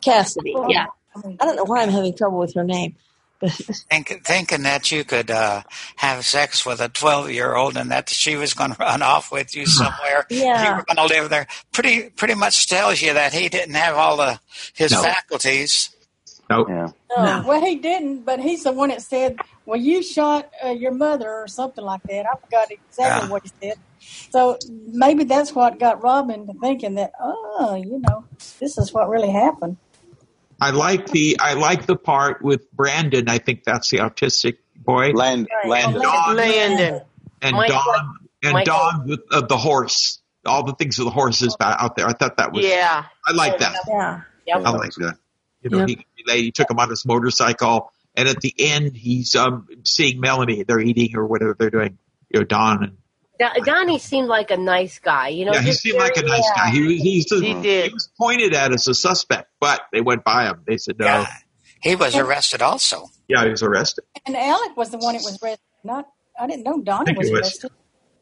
Cassidy. Yeah. Robin. I mean, I don't know why I'm having trouble with her name. But Think, thinking that you could uh, have sex with a 12 year old and that she was going to run off with you somewhere, you yeah. were going to live there, pretty pretty much tells you that he didn't have all the his No, faculties. no. yeah. no, No. well, he didn't. But he's the one that said, "Well, you shot uh, your mother" or something like that. I forgot exactly Yeah. Ah. what he said. So maybe that's what got Robin to thinking that, oh, you know, this is what really happened. I like the I like the part with Brandon. I think that's the autistic boy. Land, Right. Oh, land. Landon. Dawn Landon. and Michael. Don and Michael. Don with uh, the horse. All the things with the horses ba- out there. I thought that was Yeah. I like that. Yeah. Yep. Yeah, I that like was that. good. You know, Yep. he could relate. He took him on his motorcycle, and at the end, he's um seeing Melanie. They're eating or whatever they're doing. You know, Don. And, Do- Donnie seemed like a nice guy, you know, yeah, he just seemed like very a nice guy. He was he's He the, he did. was pointed at as a suspect, but they went by him. They said no. Yeah. He was And arrested also. Yeah, he was arrested. and Alec was the one that was arrested. Not I didn't know I Donnie think was he was. arrested.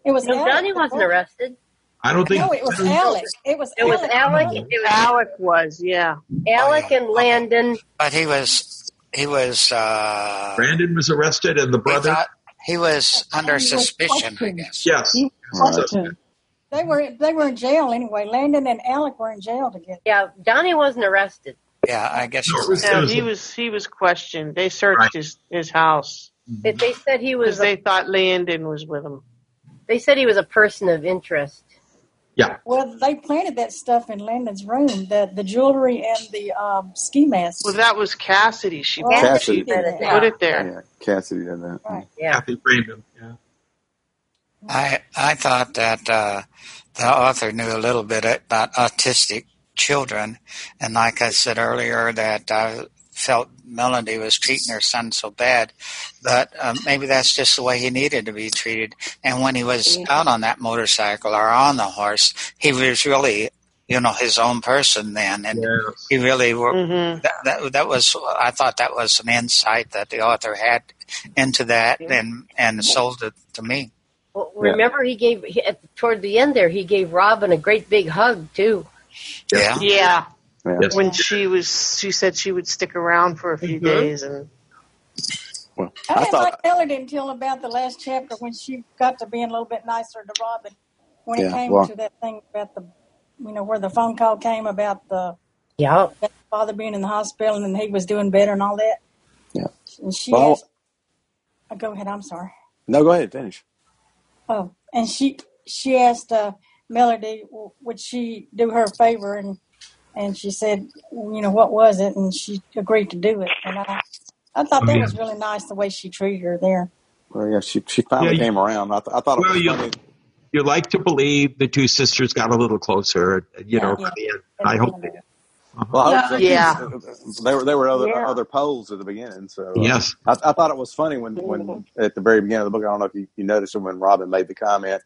It was No, Alec Donnie that wasn't was. arrested. I don't think. No, it was I don't- Alec. It was It was Alec. Alec. That It was Alec was, yeah. Oh Alec yeah. and Okay. Landon. But he was he was uh Brandon was arrested, and the he brother. thought he was under He was suspicion, I questioned. guess. Yes, He yes, was a Right. suspect. questioned. They were they were in jail anyway. Landon and Alec were in jail together. Yeah, Donnie wasn't arrested. Yeah, I guess No, you're it right. was. It No, was he was he was questioned. They right. searched his his house Mm-hmm. They, they said he because was a. they thought Landon was with him. They said he was a person of interest. Yeah, Well, they planted that stuff in Landon's room, the the jewelry and the um, ski Well, mask. that was Cassidy. She Oh, Cassidy she uh, Cassidy planted did did that. that. put that. it there. Yeah, Cassidy uh, did that. Yeah. Right. Yeah. Kathy Brandon. Yeah. I I thought that uh, the author knew a little bit about autistic children, and like I said earlier, that I felt Melody was treating her son so bad, but um, maybe that's just the way he needed to be treated. And when he was out on that motorcycle or on the horse, he was really, you know, his own person then, and he really were, that, that that was. I thought that was an insight that the author had into that, and and sold it to me. Well, Yeah. remember, he gave he, at, toward the end there, he gave Robin a great big hug too. Yeah. Yeah. Yeah. When she was, she said she would stick around for a few days, and Well, I didn't like Melody until about the last chapter when she got to being a little bit nicer to Robin when it Yeah, came well- to that thing about the, you know, where the phone call came about the yeah. father being in the hospital and he was doing better and all that. Yeah. And she Well, I- asked, oh, go ahead, I'm sorry. no, go ahead, finish. Oh, and she she asked uh, Melody, w- would she do her a favor? And and she said, you know, what was it? And she agreed to do it. And I, I thought that was really nice the way she treated her there. Well, yeah, she she finally Yeah, you- came around. I, th- I thought it Well, was you- funny. You like to believe the two sisters got a little closer, you know. Yeah. yeah. I hope they Uh-huh. did. Well, I hope Yeah, so. I Yeah. There were there were other Yeah. other polls at the beginning, so uh, Yes. I, I thought it was funny when when at the very beginning of the book. I don't know if you, you noticed it when Robin made the comment,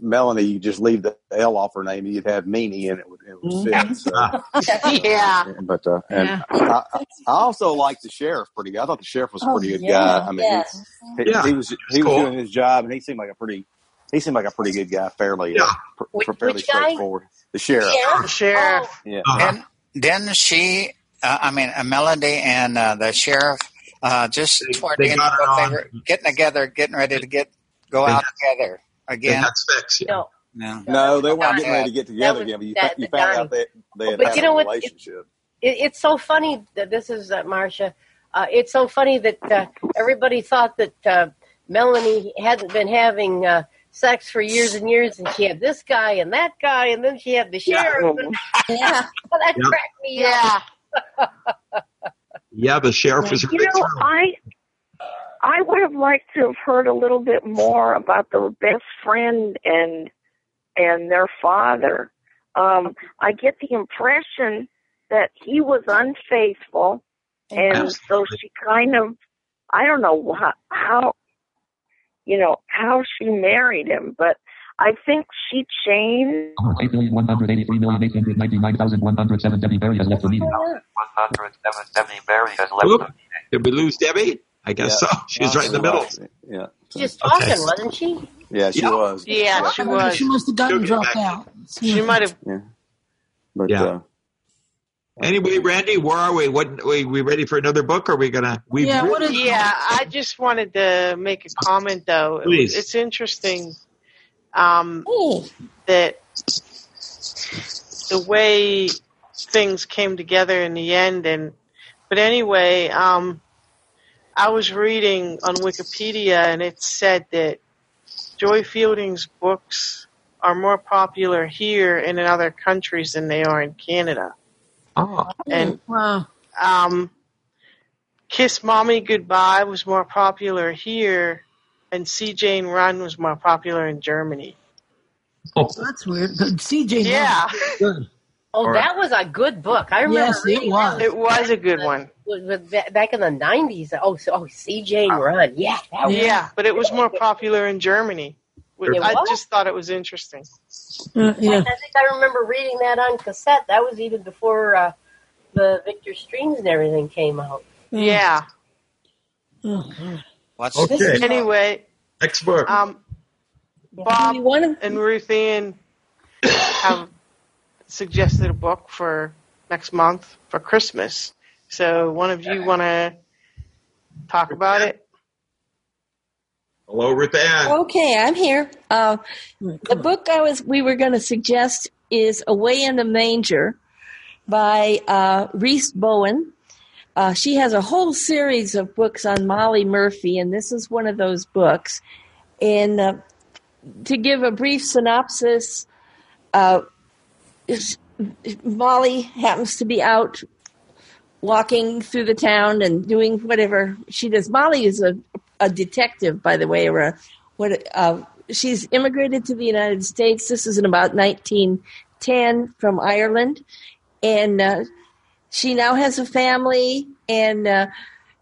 Melanie, you just leave the L off her name, you'd have Meanie, and it would it would fit. So, Ah. yeah. but uh, and Yeah. I, I I also liked the sheriff pretty good. I thought the sheriff was a Oh, pretty good yeah. guy. I mean, he, he, Yeah. he was he was doing his job, and he seemed like a pretty he seemed like a pretty good guy, fairly uh, pr- pr- fairly which guy? straightforward. The sheriff, Oh, Sheriff. yeah, Uh-huh. And then she, uh, I mean, uh, Melody and uh, the sheriff, uh, just toward they the end of the got it book, they on. were getting together, getting ready to get go They out had- together again. had sex, yeah. No, No. No, they Don- weren't getting ready to get together that was again. But you, fa- that, you the found Donnie. out that they had But had you a know what? It, relationship. it, it's so funny that this is uh, Marcia. Uh, it's so funny that uh, everybody thought that uh, Melanie hadn't been having uh, sex for years and years, and she had this guy and that guy, and then she had the sheriff. And, yeah, that Yeah. cracked me up. Yeah, the sheriff was a You big know, I I would have liked to have heard a little bit more about the best friend and and their father. Um, I get the impression that he was unfaithful, and so she kind of I don't know how, how you know how she married him, but I think she changed. Over 8,183,899,170 areas left for meeting. Oop. Did we lose Debbie? I guess Yeah. so. She was right in the She middle. was, Yeah. She was Okay. talking, wasn't she? Yeah, she was. Yeah, she was. She must have gotten dropped out. She might have. Yeah. But Yeah. uh, Anyway, Randy, where are we? What we we ready for another book? Or are we gonna? We yeah, really, I just wanted to make a comment though. Please. It's interesting um, that the way things came together in the end, and but anyway, um, I was reading on Wikipedia, and it said that Joy Fielding's books are more popular here and in other countries than they are in Canada. Oh. And wow. um, Kiss Mommy Goodbye was more popular here, and See Jane Run was more popular in Germany. Oh, That's weird. But CJ. Ryan- Yeah, good. Oh, All right. that was a good book. I remember Yes, it reading that was. it was a good one. was, was ba- back in the nineties. Oh, so, oh, C. Jane Run. Yeah, that was Yeah, but it was really more good. popular in Germany. which It I was. just thought it was interesting. Uh, I yeah. think I remember reading that on cassette. That was even before uh, the Victor Streams and everything came out. Mm. Yeah. Oh, God. What's This Okay. is what, Anyway, Next book. um, Do we Bob want to? and Ruth Ann have suggested a book for next month for Christmas. So one of you want to talk about it? Hello, Ruth Ann. Okay, I'm here. Uh, Come the on. book I was we were going to suggest is "Away in the Manger" by uh, Reese Bowen. Uh, she has a whole series of books on Molly Murphy, and this is one of those books. And uh, to give a brief synopsis, uh, is- Molly happens to be out walking through the town and doing whatever she does. Molly is a, a detective, by the way, or a, what? Uh, she's immigrated to the United States. This is in about 1910 from Ireland, and uh, She now has a family, and uh,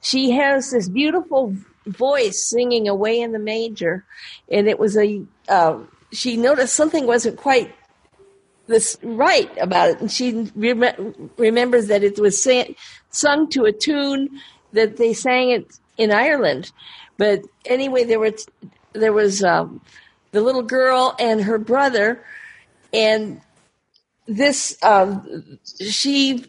she has this beautiful voice singing away in the manger. And it was a uh, she noticed something wasn't quite this right about it, and she rem- remembers that it was sang- sung to a tune that they sang it in Ireland. But anyway, there were t- there was um, the little girl and her brother, and this um, she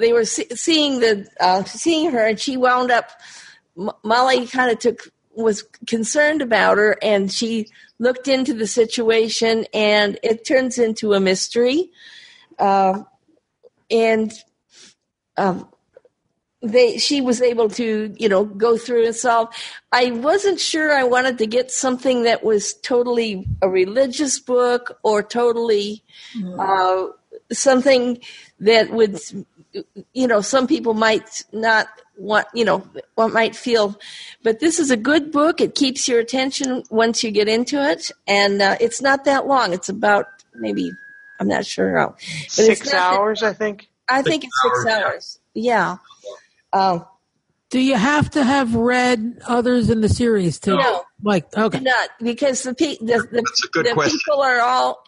they were see- seeing the uh, seeing her, and she wound up. M- Molly kind of took was concerned about her, and she looked into the situation, and it turns into a mystery, uh, and. Um, they she was able to you know go through and solve i wasn't sure i wanted to get something that was totally a religious book or totally uh, something that would you know some people might not want you know what might feel but this is a good book it keeps your attention once you get into it and uh, it's not that long it's about maybe i'm not sure how but it's Six not that- hours, I think. i think it's six hours yeah um, Do you have to have read others in the series to No. like? Okay, not because the pe- the, the, good the question. people are all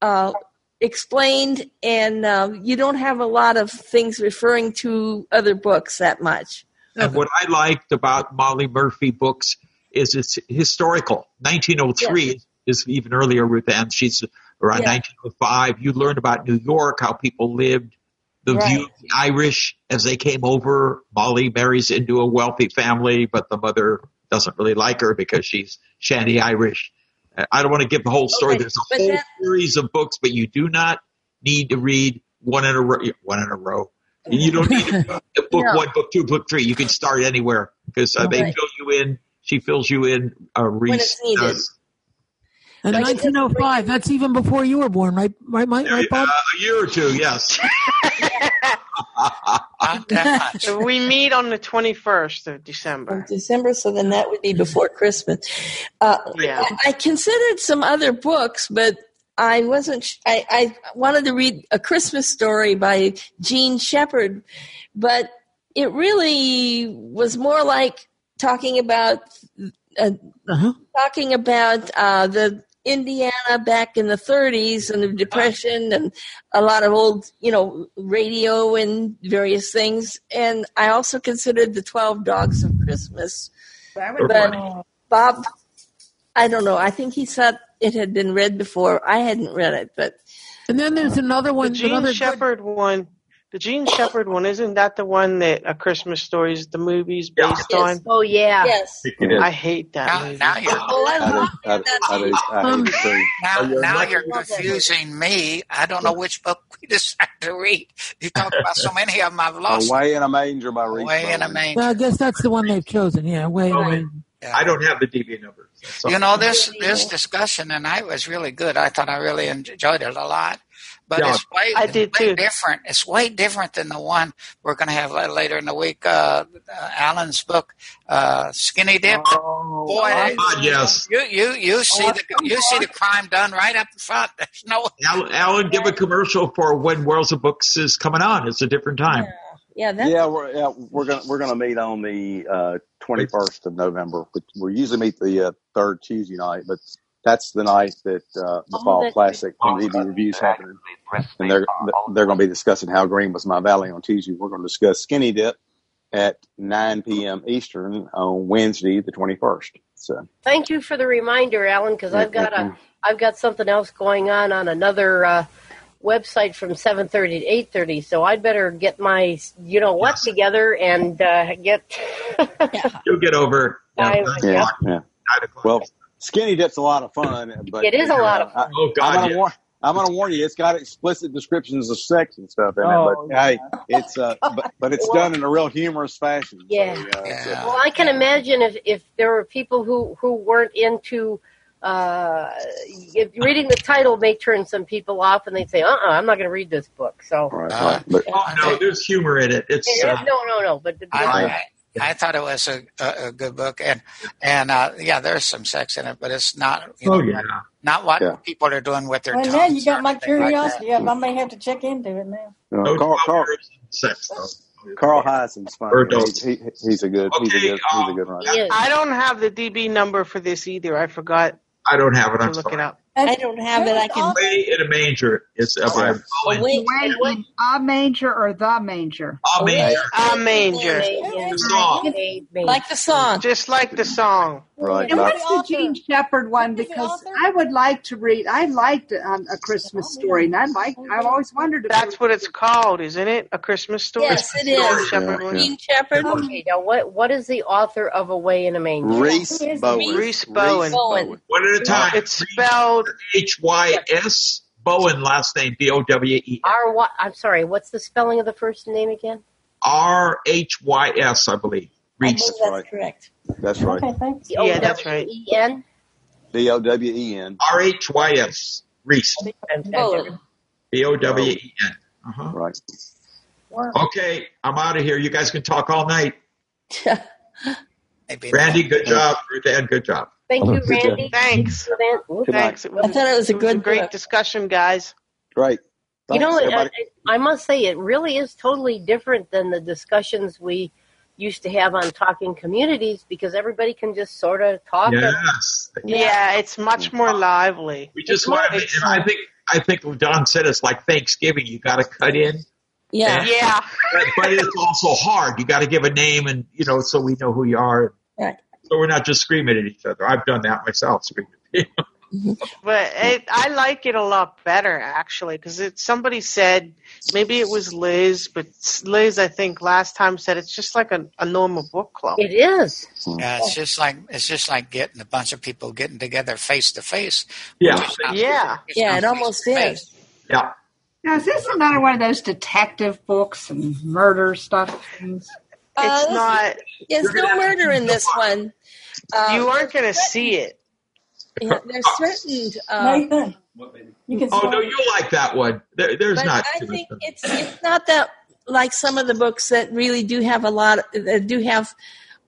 uh, explained, and um, you don't have a lot of things referring to other books that much. And what I liked about Molly Murphy books is it's historical. 1903 is even earlier, Ruth Ann. She's around Yeah. 1905. You learn about New York, how people lived, the view of the Irish as they came over. Molly marries into a wealthy family, but the mother doesn't really like her because she's shanty Irish. Uh, I don't want to give the whole story. There's a but whole that- series of books, but you do not need to read one in a row. One in a row. You don't need to book No. one, book two, book three. You can start anywhere because uh, they Right. fill you in. She fills you in. Uh, Reese it's needed. does. and That's- 1905. That's even before you were born, right? Right, Oh, Mike? Right, Bob? Uh, a year or two, yes. So we meet on the 21st of December. December, so then that would be before Christmas. Uh, Yeah. I, I considered some other books, but I wasn't. sh- I, I wanted to read a Christmas story by Jean Shepherd, but it really was more like talking about uh, Uh-huh. talking about uh, the Indiana back in the 30s and the Depression and a lot of old, you know, radio and various things. And I also considered the 12 Dogs of Christmas. But Bob, I don't know. I think he thought it had been read before. I hadn't read it, but. And then there's another Oh, The Gene Shepherd one. The Gene Shepherd one isn't that the one that A Christmas Story is the movie's based on? Oh yeah. Yes. It is. I hate that movie. Oh, Now you're I do. I do. I do. I hate it too. Oh, now, now lucky. you're confusing me. I don't know which book we decided to read. You talked about so many of them. I've Uh, lost. Way in a Manger by Reese Way in a Bowman. manger. Well, I guess that's the one they've chosen. Yeah, wait. wait. I don't have the DB numbers. You know this this discussion tonight was really good. I thought I really enjoyed it a lot. But Yeah. it's way, I it's did way too. different. It's way different than the one we're going to have la- later in the week. Uh, uh, Alan's book, uh, Skinny Dip. Boy, my they- God, yes. you you you see the you see the crime done right up front. There's no Alan, Alan, give a commercial for when Worlds of Books is coming on. It's a different time. Yeah, that Yeah, we're yeah, we're gonna we're gonna meet on the twenty first uh, twenty first of November. We, we usually meet the uh, third Tuesday night, but that's the night that uh, the Oh, Fall that's- Classic from EB Reviews happening, and they're they're gonna be discussing how green was my valley on Tuesday. We're gonna discuss Skinny Dip at nine p.m. Eastern on Wednesday the twenty first. So Thank you for the reminder, Alan, because I've got a I've got something else going on on another uh, website from 7:30 to 8:30, so I'd better get my you know what together and uh, get You'll get over. it. I- yeah, yep. yeah. Well, Skinny Dip's a lot of fun, but It is a lot of fun. I, Oh, am God, gonna yes. warn. I'm gonna warn you. It's got explicit descriptions of sex and stuff in it, but Oh, hey, it's uh, but but it's Well- done in a real humorous fashion. Yeah. So Oh, yeah, it's, uh, Well, I can imagine if, if there were people who, who weren't into uh, if reading the title may turn some people off and they'd say, uh uh-uh, uh, i am not going to read this book. So, right, Uh, right. But Oh, no, there's humor in it. It's uh, no, no, no. But, I, Yeah. I, I thought it was a, a, a good book, and and uh, yeah, there's some sex in it, but it's not you know oh yeah. not what Yeah. people are doing with their Well, now tongues. you got my like that. curiosity up. I may have to check into it now. Uh, Carl, Carl, sex though. Carl Heisen's fine. Or He, don't. he, he's a good. he's a good. he's a good runner. I don't have the DB number for this either. I forgot. I don't have it. to I'm look sorry. it up. I don't have it. I can. Way in a manger is Oh, up by Bowen. Away, Away in a major or the major? A major. A manger. The song. Like the song. Just like the song. Right. And Bob. what's the Gene Shepherd one? Because I would like to read. I liked um, a Christmas story, and I like. I've always wondered. If That's what it's called, isn't it? A Christmas story? Yes, it Christmas is. story, Shepherd one? Gene Shepherd. Okay, now what what is the author of Away in a Manger? Reese Bowen. Reese Bowen. Bowen. One at a time. It's spelled H Y S Bowen last name B O W E N. R Y. I'm sorry. What's the spelling of the first name again? R H Y S, I believe. I Reese. believe Reese. that's correct. That's right. thanks. Yeah, that's right. E N. D O W E N. R H Y S. Reese. Bowen. B O W E N. Uh-huh. Right. Okay, I'm out of here. You guys can talk all night. Maybe not. Randy, good job. Ruth Ann, good job. Thank you, Good job. Randy. Thanks. Thank you, Lance. Good night. Thanks. It was I thought it was a good great book. discussion, guys. Great. You Thanks, know, it- everybody. I, I must say, it really is totally different than the discussions we used to have on talking communities because everybody can just sort of talk. And, Yes. Yeah, it's much more lively. We just want to, and I think, I think Don said it's like Thanksgiving. You got to cut in. Yeah. Yeah. But, but it's also hard. You got to give a name and, you know, so we know who you are. Right. So we're not just screaming at each other. I've done that myself, screaming. But Hmm. it, I like it a lot better actually because it somebody said maybe it was Liz, but Liz I think last time said it's just like a, a normal book club. it is. Yeah, it's just like it's just like getting a bunch of people getting together face to face. Yeah. We're just not- Yeah, we're just Yeah, not it almost face-to-face. is. Yeah. Now, is this another one of those detective books and murder stuff? Things? Uh, it's this- not. There's You're gonna no have to murder in this one. Um, You aren't going to see it. yeah, there's threatened. Uh, Nathan, you can Oh, start. no, you like that one. There, there's but not. I too much think of it. it's it's not that like some of the books that really do have a lot that do have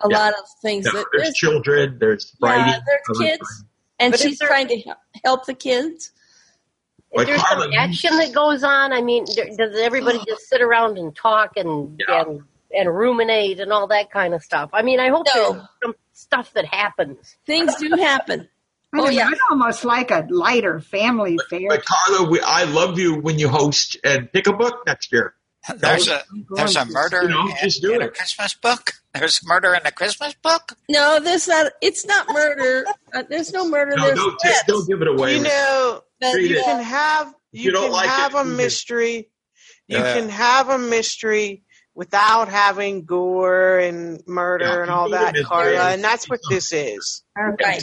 a Yeah. lot of things No, that there's children, there's writing. yeah, there's other kids, and But if she's there- trying to he- help the kids. Is But there some Carla, action that goes on? I mean, d- does everybody Oh. just sit around and talk and Yeah. and and ruminate and all that kind of stuff? I mean, I hope No. there's some stuff that happens. Things do happen. Wait Oh, a minute, yeah. I'd almost like a lighter family affair. but Carla, we, I love you when you host and pick a book next year. There's a I'm there's going a to. murder You know, in, just do in a it. Christmas book. There's murder in a Christmas book. No, there's not. It's not murder. Uh, there's no murder. No, there's don't t- don't threats. give it away. You know, But Read you it. can have If you, you don't can like it, have a leave it. mystery. You Yeah. can have a mystery without having gore and murder Yeah, and you all go to that, Miss Carla, Dale's, and that's she's what this is. right.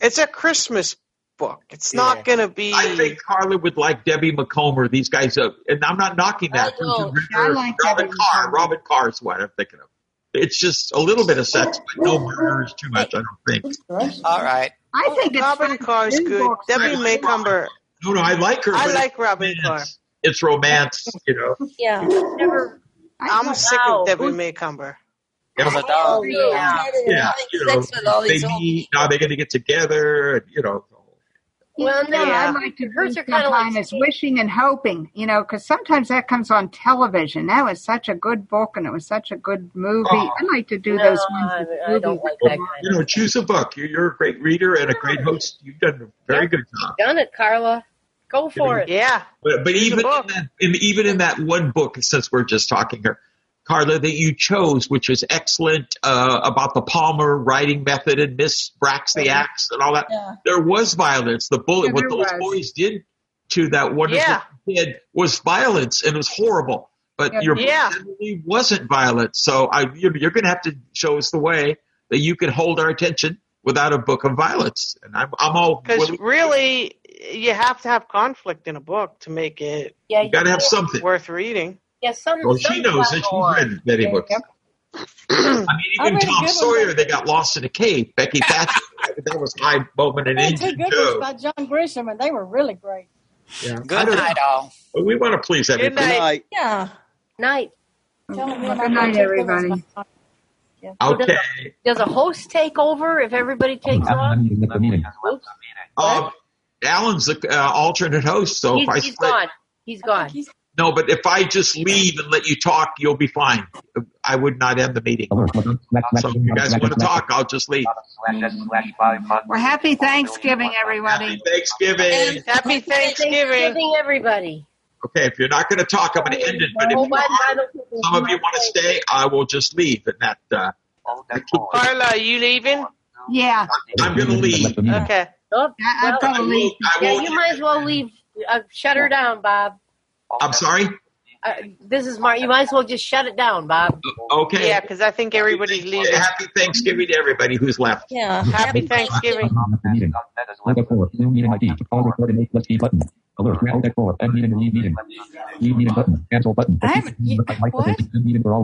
It's a Christmas book. It's Yeah. not going to be I think Carla would like Debbie McComber. These guys, uh, and I'm not knocking I that. There's a don't. I river- like Robert Debbie Carr. McComber. Robert Carr is what I'm thinking of. It's just a little bit of sex, but no murder is too much. I don't think. All right. I oh, think it's Robin fun to Carr's do good. books. I Debbie like Robin. Maycumber. Oh, No, no, I like her. I but like Robin it's Carr. romance. It's romance, you know. Yeah. Never. I I'm thought sick of Wow. Debbie who's- Maycumber. Yeah, Well, the but- Oh dog. no, I'm Yeah. tired of yeah, having you know, sex with all they these old meet. Now they're going to get together, and you know. You Well, know no. what I Yeah. like to Hers do are kind of like sometimes is wishing and hoping, you know, because sometimes that comes on television. That was such a good book and it was such a Oh. good movie. I like to do No, those ones I, with I movies. don't like Well, that kind you know, of stuff. choose a book. You're, you're a great reader and a great host. You've done a very Yep. good job. Done it, Carla. Go You know, for it. Yeah. but, but Choose a even in book. that, in, even in that one book, since we're just talking here, Carla, that you chose, which is excellent, uh, about the Palmer writing method and Miss Braxley Axe and all that. Yeah. There was violence. The bullet, Yeah, what there those was. boys did to that wonderful Yeah. kid was violence and it was horrible. But Yeah, your book Yeah. generally wasn't violent, so I, you're, you're going to have to show us the way that you can hold our attention without a book of violence. And I'm, I'm all Because willing. really, you have to have conflict in a book to make it Yeah, You got you to have can't. something. worth reading. Yeah, some Well, she something knows gotta it. go She's on. read many books. Yep. I mean, I even read a Tom good one. Sawyer, they got lost in a cave. Becky Thatcher, that was my moment in I read two Indian good ones Joe. by John Grisham, and they were really great. Yeah, I Good don't know. night, all. But we want to please Good everybody. Good night. night. Yeah. Night. Tell him Well, I'm good going night, to take the ones everybody. by Well, does Okay. a does a host take over if everybody takes off? left the meeting. Oops. Um, Alan's the uh, alternate host, so if He's I he's split, gone. He's I gone. think he's No, but if I just leave and let you talk, you'll be fine. I would not end the meeting. So if you guys want to talk, I'll just leave. Well, happy Thanksgiving, everybody. Thanksgiving. Happy Thanksgiving. Thanksgiving, everybody. Okay, if you're not going to talk, I'm going to end it. But if Oh, you my, I are, don't think we some of you want to stay, I will just leave. And that uh, Carla, are you leaving? Yeah. I'm going to leave. Okay. Oh, I- I've well, got to leave. I yeah, won't. you might as well leave. Uh, shut her down, Bob. I'm sorry. Uh, this is Mark. You might as well just shut it down, Bob. Okay. Yeah, because I think everybody's leaving. Happy Thanksgiving to everybody who's left. Yeah. Happy Thanksgiving. Meeting. Alert 4, new meeting ID. All recorded 8 plus E button. Alert, Alert 4, end meeting, leave meeting. Leave meeting button, cancel button. I haven't- Like Microsoft, what? end meeting for all